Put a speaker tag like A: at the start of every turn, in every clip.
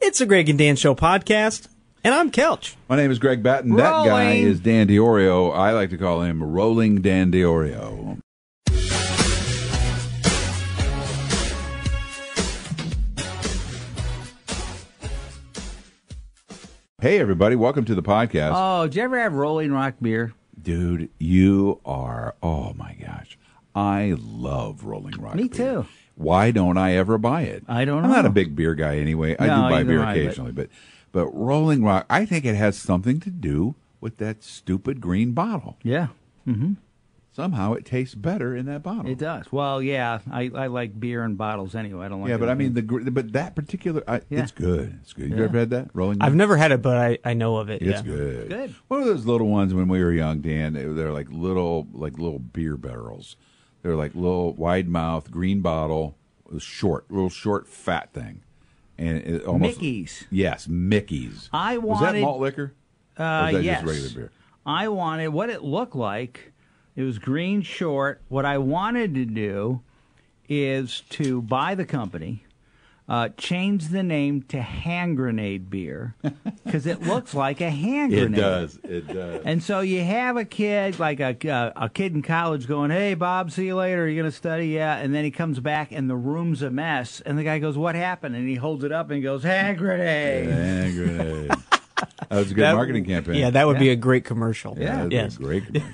A: It's a Greg and Dan Show podcast, and I'm Kelch.
B: My name is Greg Batten. That guy
A: Rolling.
B: is Dan Diorio. I like to call him Rolling Dan Diorio. Hey, everybody. Welcome to the podcast.
C: Oh, did you ever have Rolling Rock beer?
B: Dude, you are, oh my gosh. I love Rolling Rock.
C: Me
B: beer.
C: too.
B: Why don't I ever buy it?
C: I don't
B: I'm not
C: know.
B: a big beer guy anyway. I
C: No,
B: do buy
C: neither
B: beer
C: am I, but-
B: occasionally, but but Rolling Rock, I think it has something to do with that stupid green bottle.
C: Yeah,
B: Somehow it tastes better in that bottle.
C: it does. Well, yeah, I, I like beer in bottles anyway. I don't like.
B: Yeah,
C: it
B: but I
C: in-
B: mean the gr- but that particular I,
C: Yeah.
B: it's good. It's good. You
C: Yeah.
B: ever had that Rolling? Rock?
A: I've never had it, but I, I know of it.
B: It's
A: yeah.
B: good.
C: Good.
B: One of those little ones when we were young, Dan. they- They're like little, like little beer barrels. They're like little wide mouth green bottle, short, little short fat thing, and it almost
C: Mickey's.
B: Yes, Mickey's.
C: I
B: was that
C: wanted-
B: malt liquor.
C: Uh,
B: or was that
C: yes.
B: just regular beer.
C: I wanted what it looked like. It was green short. What I wanted to do is to buy the company, uh, change the name to Hand Grenade Beer because it looks like a hand
B: It
C: grenade.
B: does. It does.
C: And so you have a kid, like a, uh, a, a kid in college, going, Hey, Bob, see you later. Are you going to study? Yeah. And then he comes back, and the room's a mess. And the guy goes, What happened? And he holds it up and he goes, Hand grenade.
B: And grenade. that was a good marketing campaign.
A: Yeah, that would be
C: Yeah.
A: a great commercial.
B: Yeah, that'd be a
A: Yes.
B: great commercial.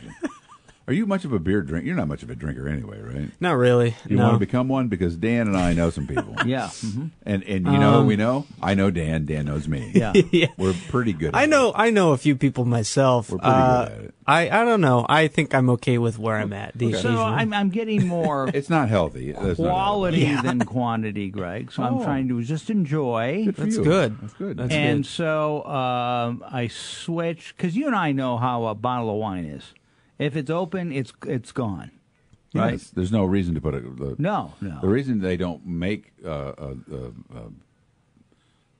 B: Are you much of a beer drink? You're not much of a drinker anyway, right?
A: Not really.
B: You
A: no.
B: want to become one because Dan and I know some people.
C: Yeah. mhm.
B: And and you know who we know? I know Dan. Dan knows me.
C: Yeah.
A: Yeah.
B: We're pretty good. At
A: I
B: it.
A: know I know a few people myself.
B: We're pretty
A: Uh,
B: good at it.
A: I, I don't know. I think I'm okay with where I'm at. The
C: So
A: occasional-
C: I'm, I'm getting more
B: It's not healthy. That's not healthy.
C: quality than quantity, Greg. So I'm
B: Oh.
C: trying to just enjoy.
B: Good for
A: That's
B: you.
A: good.
B: That's good.
A: That's good.
C: and so um, I switch because you and I know how a bottle of wine is. If it's open, it's it's gone.
B: right. There's no reason to put it. The,
C: No, no.
B: The reason they don't make uh, uh, uh, uh,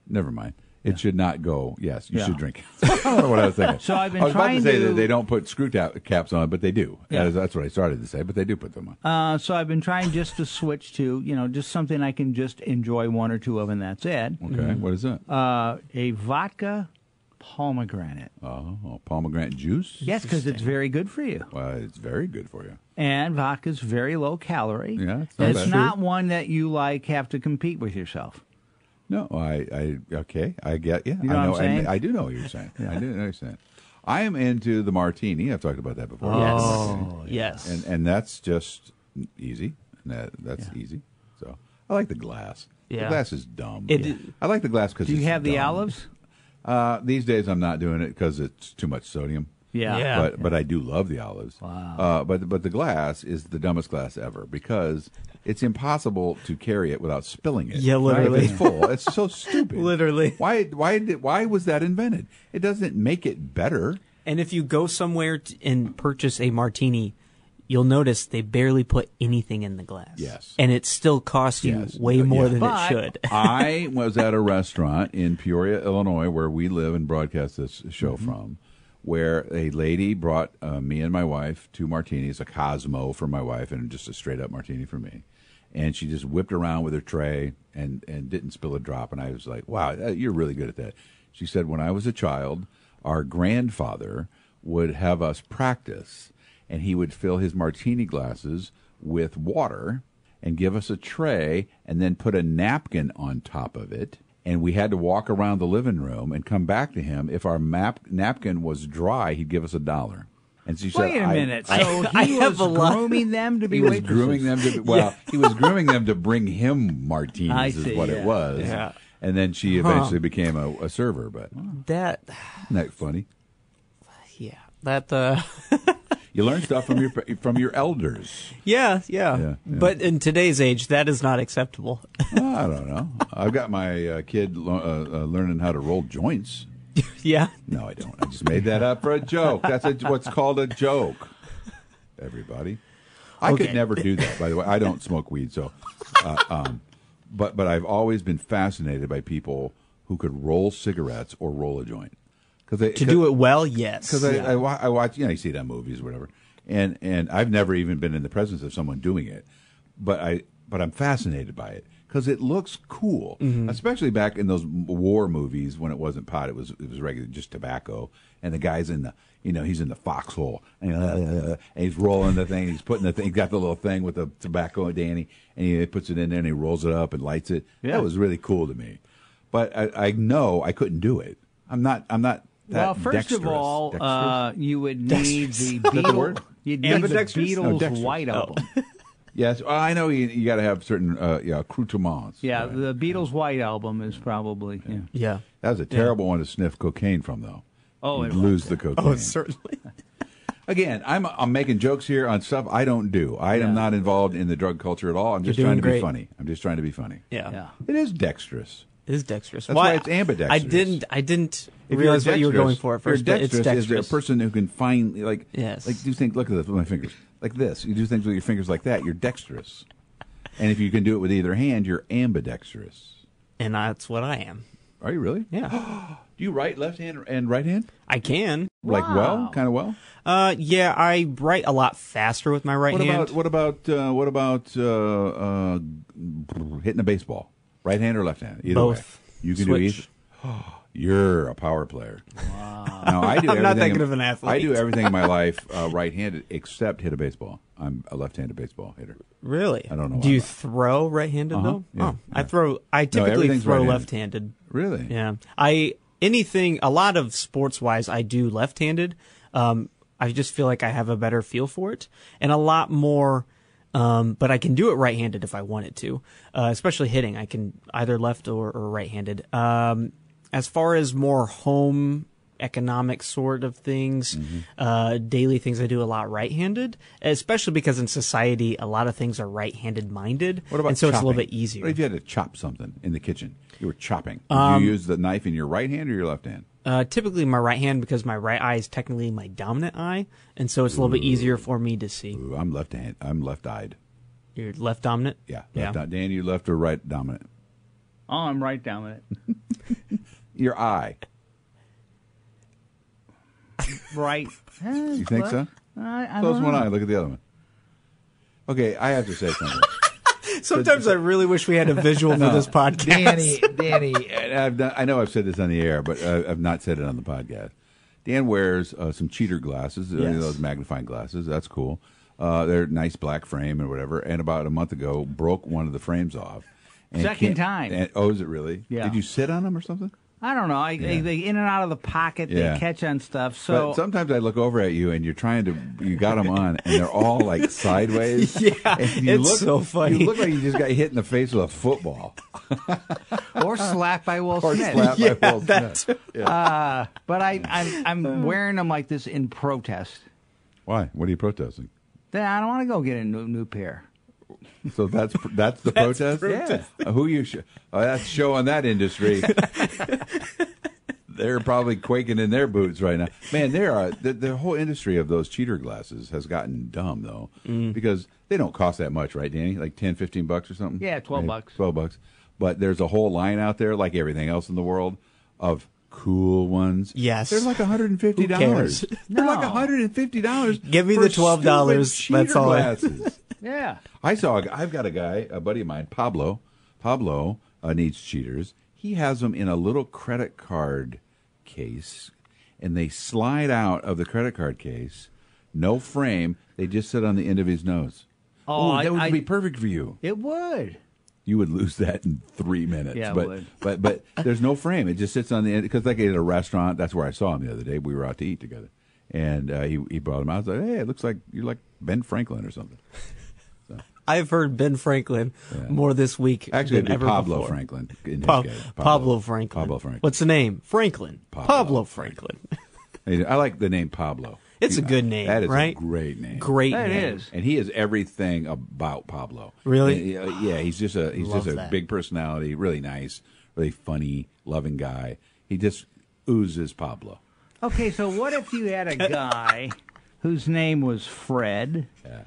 B: never mind. It should not go. Yes, you
C: Yeah.
B: should drink. I don't know what I was thinking.
C: So I've been
B: I was
C: trying
B: about to say that
C: to-
B: they don't put screw ta- caps on, but they do.
C: Yeah.
B: That is- That's what I started to say, but they do put them on.
C: Uh, so I've been trying just to switch to, you know, just something I can just enjoy one or two of, and that's it.
B: okay, what is that?
C: Uh, a vodka pomegranate.
B: oh, pomegranate juice.
C: Yes, because it's very good for you.
B: Well, it's very good for you.
C: And vodka's very low calorie.
B: Yeah, it's not
C: And it's
B: bad.
C: not one that you like have to compete with yourself.
B: No, I, I, okay, I get, yeah,
C: know
B: I
C: what
B: know,
C: I'm saying?
B: I, I do know what you're saying. I do know what you're saying. I am into the martini. I've talked about that before.
A: Oh, yes.
B: and and that's just easy. And that that's easy. So I like the glass.
A: Yeah.
B: The glass is dumb.
A: It is-
B: I like the glass because
C: Do you have the olives?
B: Uh, these days I'm not doing it because it's too much sodium.
C: Yeah.
A: Yeah.
B: But but I do love the olives. Wow. Uh, but but the glass is the dumbest glass ever because it's impossible to carry it without spilling it.
A: Yeah,
B: Right? If
A: literally.
B: it's full. It's so stupid.
A: Literally.
B: Why why did, why was that invented? It doesn't make it better.
A: And if you go somewhere t- and purchase a martini, you'll notice they barely put anything in the glass.
B: Yes.
A: And it still costs you
B: Yes.
A: way
B: Uh,
A: more
B: yeah.
A: than
C: But-
A: it should.
B: I was at a restaurant in Peoria, Illinois, where we live and broadcast this show from, where a lady brought uh, me and my wife two martinis, a Cosmo for my wife, and just a straight up martini for me. And she just whipped around with her tray and, and didn't spill a drop. And I was like, wow, uh, you're really good at that. She said, when I was a child, our grandfather would have us practice and he would fill his martini glasses with water and give us a tray and then put a napkin on top of it and we had to walk around the living room and come back to him if our map- napkin was dry he'd give us a dollar and she
C: Wait
B: said
C: a
B: I-
C: minute.
B: I-
C: So
A: I
C: he
A: have
C: was
A: a lot-
C: grooming them to be
B: he was
C: waitresses.
B: grooming them to well he was grooming them to bring him martinis
C: I
B: is
C: see,
B: what
C: yeah,
B: it was
A: yeah.
B: and then she eventually became a, a server but isn't
A: that,
B: that funny
A: yeah. That, uh,
B: you learn stuff from your from your elders
A: yeah, yeah,
B: Yeah, yeah.
A: But in today's age, that is not acceptable.
B: I don't know. I've got my uh, kid lo- uh, uh, learning how to roll joints.
A: yeah.
B: No, I don't. I just made that up for a joke. That's a, what's called a joke. Everybody, I could
A: Okay.
B: never do that. By the way, I don't smoke weed, so. Uh, um, but but I've always been fascinated by people who could roll cigarettes or roll a joint because
A: To do it well, yes.
B: because I, I, wa- I watch you know you see that in movies or whatever and and I've never even been in the presence of someone doing it but I but I'm fascinated by it because it looks cool, especially back in those m- war movies when it wasn't pot, it was it was regular just tobacco, and the guy's in the you know he's in the foxhole and, uh, and he's rolling the thing, he's putting the thing, he got the little thing with the tobacco, Danny, and he puts it in there and he rolls it up and lights it.
C: Yeah.
B: That was really cool to me, but I, I know I couldn't do it. I'm not. I'm not. That
C: well, first of
B: dexterous.
C: all,
B: Dexterous?
C: uh, you would need the
B: that the word?
C: Beatles. You'd need the
B: Ambidextrous? No,
C: Beatles
B: dexterous.
C: White
B: Oh.
C: Album.
B: Yes, well, I know you, you got to have certain uh, yeah accoutrements.
C: Yeah,
B: Right.
C: the Beatles White Album is probably. Yeah.
A: Yeah.
B: that was a terrible one to sniff cocaine from, though.
C: Oh,
B: You'd
C: it
B: lose the cocaine.
A: Oh, certainly.
B: Again, I'm I'm making jokes here on stuff I don't do. I
C: Yeah.
B: am not involved in the drug culture at all. I'm just
A: You're
B: trying
A: doing
B: to be
A: great.
B: funny. I'm just trying to be funny.
A: Yeah.
C: Yeah.
B: It is dexterous.
A: It is dexterous.
B: That's why it's ambidextrous.
A: I didn't. I didn't
B: If
A: realize what you were
B: dexterous-
A: going for at
B: you're
A: first. But it's
B: dexterous
A: dexterous.
B: Is a person who can find like
A: Yes.
B: like do things. Look at this with my fingers like this. You do things with your fingers like that. You're dexterous. And if you can do it with either hand, you're ambidextrous.
A: and that's what I am.
B: Are you really?
A: Yeah.
B: Do you write left hand and right hand?
A: I can.
B: Like well, kind of well.
A: Uh, yeah, I write a lot faster with my right
B: What
A: hand.
B: about what about uh, what about uh, uh, hitting a baseball? Right hand or left hand? Either
A: Both.
B: way, you can do
A: Switch.
B: either. You're a power player. Now, I do
A: I'm not that
B: everything in-
A: good of an athlete.
B: I do everything in my life uh, right-handed except hit a baseball. I'm a left-handed baseball hitter.
A: Really?
B: I don't know
A: Do
B: why.
A: you throw right-handed though?
B: Uh-huh. yeah,
A: oh, I throw. I typically
B: everything's
A: throw
B: right-handed.
A: left-handed.
B: Really?
A: Yeah. I anything a lot of sports wise I do left-handed. Um, I just feel like I have a better feel for it and a lot more. Um, but I can do it right-handed if I wanted to. Uh, especially hitting, I can either left or, or right-handed. Um, as far as more home economic sort of things,
B: Mm-hmm.
A: uh, daily things I do a lot right-handed, especially because in society a lot of things are right-handed minded.
B: What about
A: and so it's a little
B: chopping?
A: bit easier.
B: What if you had to chop something in the kitchen? You were chopping. Did
A: Um,
B: you use the knife in your right hand or your left hand?
A: Uh, typically my right hand because my right eye is technically my dominant eye, and so it's a little bit easier for me to see.
B: Ooh, I'm left hand. I'm left-eyed.
A: Your left dominant.
B: Yeah.
A: yeah.
B: Left yeah. Dan, you left or right dominant?
C: Oh, I'm right down with it.
B: Your eye.
C: Right. Eh,
B: You think so?
C: I, I
B: Close
C: don't
B: one
C: know.
B: eye. Look at the other one. Okay, I have to say something.
A: Sometimes I really wish we had a visual for this podcast.
B: Danny, Danny, and I've done, I know I've said this on the air, but uh, I've not said it on the podcast. Dan wears uh, some cheater glasses, uh,
A: Yes.
B: those magnifying glasses. That's cool. Uh, they're nice black frame and whatever. And about a month ago, broke one of the frames off. And
C: Second
B: can't-
C: time.
B: And, oh, is it really?
C: Yeah.
B: Did you sit on them or something?
C: I don't know. I, they,
B: Yeah.
C: they in and out of the pocket.
B: Yeah.
C: They catch on stuff. So
B: but sometimes I look over at you and you're trying to you got them on and they're all like sideways.
A: Yeah,
B: And you
A: it's so funny.
B: You look like you just got hit in the face with a football
C: or slapped by Will
B: or
C: Smith.
B: slapped
A: Yeah,
B: by Will Smith.
A: that too.
C: But I, I'm,
B: Uh.
C: I'm wearing them like this in protest.
B: Why? What are you protesting?
C: Then I don't want to go get a new, new pair.
B: So that's that's the protest.
C: protest.
B: Yeah. Uh, Who you? Sh- oh, that's show on that industry. They're probably quaking in their boots right now. Man, there are the, the whole industry of those cheater glasses has gotten dumb though
A: Mm.
B: because they don't cost that much, right, Danny? Like 10, 15 bucks or something.
C: Yeah, 12
B: Maybe
C: bucks.
B: Twelve bucks. But there's a whole line out there, like everything else in the world, of cool ones.
A: Yes.
B: they're like one hundred and fifty
A: cares?
B: dollars. They're like
C: No.
B: one hundred and fifty dollars.
A: Give me the $12. That's all I-
B: Glasses.
C: Yeah.
B: I saw. A, I've got a guy, a buddy of mine, Pablo. Pablo uh, needs cheaters. He has them in a little credit card case, and they slide out of the credit card case. No frame. They just sit on the end of his nose.
C: Oh,
B: Ooh,
C: I-
B: that would
C: I-
B: be perfect for you.
C: It would.
B: You would lose that in three minutes.
C: Yeah, I
B: but
C: would.
B: but but there's no frame. It just sits on the end because like at a restaurant, that's where I saw him the other day. We were out to eat together, and uh, he he brought him out. I was like, hey, it looks like you're like Ben Franklin or something.
A: I've heard Ben Franklin more this week
B: Actually,
A: than
B: it'd be
A: ever
B: Pablo
A: before.
B: Franklin. In his
A: Pa-
B: case.
A: Pablo, Franklin.
B: Pablo Franklin.
A: What's the name? Franklin.
B: Pablo
A: Pablo, Franklin.
B: I like the name Pablo.
A: It's a
B: You-
A: good name,
B: That is
A: right?
B: a great name.
A: Great
C: That
A: name.
C: is.
B: And he is everything about Pablo.
A: Really?
B: And, uh, yeah, he's just a he's
A: Love
B: just a
A: that.
B: big personality, really nice, really funny, loving guy. He just oozes Pablo.
C: Okay, so what if you had a guy whose name was Fred?
B: Yeah.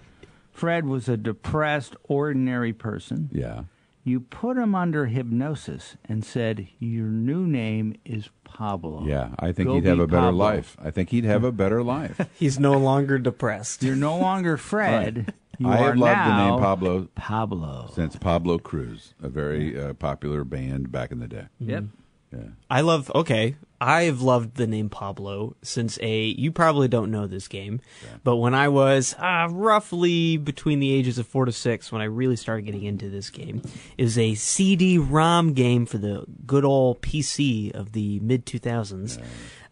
C: Fred was a depressed, ordinary person.
B: Yeah.
C: You put him under hypnosis and said, Your new name is Pablo.
B: Yeah, I think
C: Go
B: he'd have
C: be
B: a better
C: Pablo.
B: life. I think he'd have a better life.
A: He's no longer depressed.
C: You're no longer Fred. You
B: I
C: are
B: have loved the
C: now
B: name Pablo
C: Pablo.
B: since Pablo Cruz, a very uh, popular band back in the day.
C: Yep.
B: Yeah.
A: I love. Okay, I've loved the name Pablo since a. You probably don't know this game, but when I was uh, roughly between the ages of four to six, when I really started getting into this game, it was a CD-ROM game for the good old PC of the mid two thousands,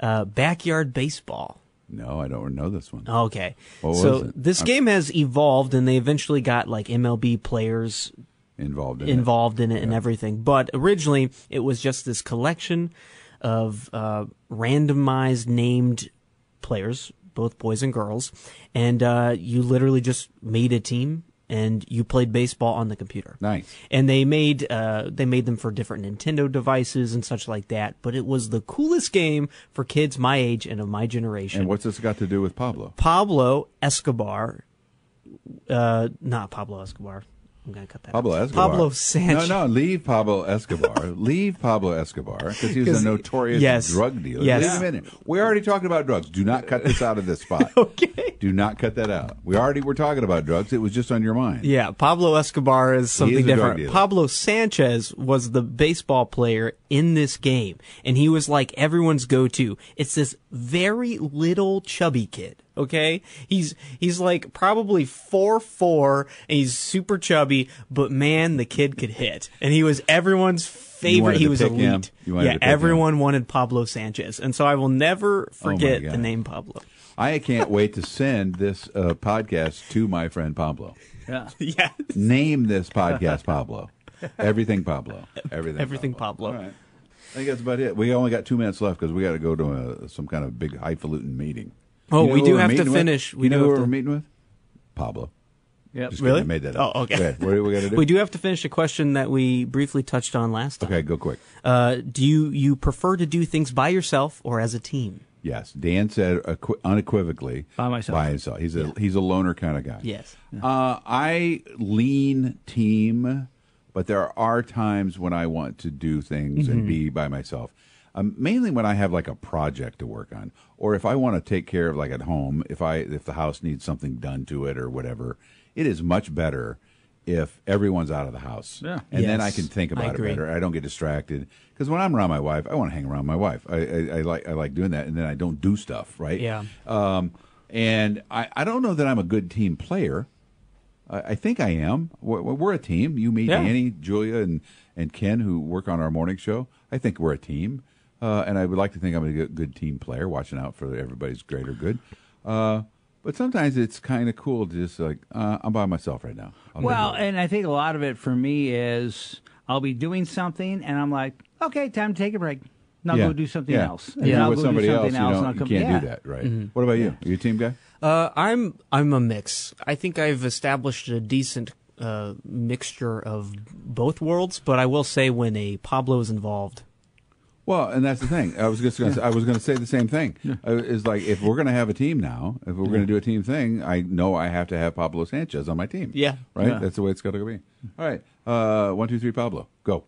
A: uh, backyard baseball.
B: No, I don't know this one.
A: Okay.
B: What was
A: so
B: it?
A: this
B: I'm-
A: game has evolved and they eventually got like MLB players
B: Involved in it.
A: involved in it and everything. But originally it was just this collection of uh, randomized named players, both boys and girls. And uh, you literally just made a team and you played baseball on the computer
B: Nice.
A: and they made uh, they made them for different Nintendo devices and such like that. But it was the coolest game for kids my age and of my generation.
B: And what's this got to do with Pablo?
A: Pablo Escobar, uh, not Pablo Escobar. I'm gonna cut that.
B: Pablo
A: out.
B: Escobar.
A: Pablo Sanchez.
B: No, no, leave Pablo Escobar. leave Pablo Escobar because he was
A: 'Cause-
B: a notorious
A: yes.
B: drug dealer.
A: Yes.
B: Wait a minute. We're already talking about drugs. Do not cut this out of this spot.
A: Okay.
B: Do not cut that out. We already were talking about drugs. It was just on your mind.
A: Yeah, Pablo Escobar is something
B: a drug
A: different.
B: dealer.
A: Pablo Sanchez was the baseball player in this game, and he was like everyone's go-to. It's this very little chubby kid. Okay, he's he's like probably four four, and he's super chubby. But man, the kid could hit, and he was everyone's favorite.
B: wanted
A: He
B: to
A: was
B: pick
A: elite.
B: him. You wanted
A: Yeah,
B: to pick him. Oh
A: everyone wanted Pablo Sanchez, and so I will never forget the
B: God.
A: name Pablo.
B: I can't wait to send this uh, podcast to my friend Pablo.
C: Yeah.
A: Yeah,
B: Name this podcast Pablo. Everything Pablo. Everything.
A: everything
B: Pablo.
A: Pablo.
B: All right. I think that's about it. We only got two minutes left because we got to go to a, some kind of big highfalutin meeting.
A: Oh,
B: know
A: we
B: who
A: do
B: we're
A: have to
B: meeting with?
A: finish. We
B: you know
A: do
B: who
A: have
B: we're
A: to-
B: meeting with? Pablo.
C: Yep.
B: Just
A: Really?
B: kidding, I made that up.
A: Oh, okay.
B: Go ahead. What are we going to do?
A: We do have to finish a question that we briefly touched on last time.
B: Okay, go quick.
A: Uh, do you you prefer to do things by yourself or as a team?
B: Yes, Dan said equi- unequivocally
C: By myself.
B: By himself. He's a he's a loner kind of guy.
A: Yes.
B: Uh, I lean team, but there are times when I want to do things and
A: Mm-hmm.
B: be by myself. Um, mainly when I have like a project to work on, or if I want to take care of like at home, if I if the house needs something done to it or whatever, it is much better if everyone's out of the house.
C: Yeah.
B: and then I
A: Yes.
B: can think
A: I
B: about it
A: agree.
B: better. I don't get distracted because when I'm around my wife, I want to hang around my wife. I, I, I like I like doing that, and then I don't do stuff, right?
A: Yeah.
B: Um, and I, I don't know that I'm a good team player. I, I think I am. We're, we're a team. You, me,
A: Yeah.
B: Danny, Julia, and and Ken, who work on our morning show. I think we're a team, uh, and I would like to think I'm a good, good team player, watching out for everybody's greater good. Uh, but sometimes it's kind of cool to just like uh, I'm by myself right now. I'll
C: Well,
B: do it.
C: and I think a lot of it for me is I'll be doing something and I'm like, okay, time to take a break. And I'll
B: Yeah.
C: go do something
B: Yeah.
C: else.
B: And
C: then
B: you're
C: I'll
B: with
C: go do
B: somebody else,
C: something
B: you,
C: and
B: don't,
C: I'll
B: you
C: come-
B: can't
C: yeah. Mm-hmm.
B: do that, right? What about you? Are you a team guy?
A: Uh, I'm I'm a mix. I think I've established a decent uh, mixture of both worlds, but I will say when a Pablo is involved,
B: Well, and that's the thing. I was just going to. I was going to say the same thing. I- It's like if we're going to have a team now, if we're going to do a team thing, I know I have to have Pablo Sanchez on my team.
A: Yeah.
B: right.
C: Yeah.
B: That's the way it's going to be. All right, uh, one, two, three, Pablo, go.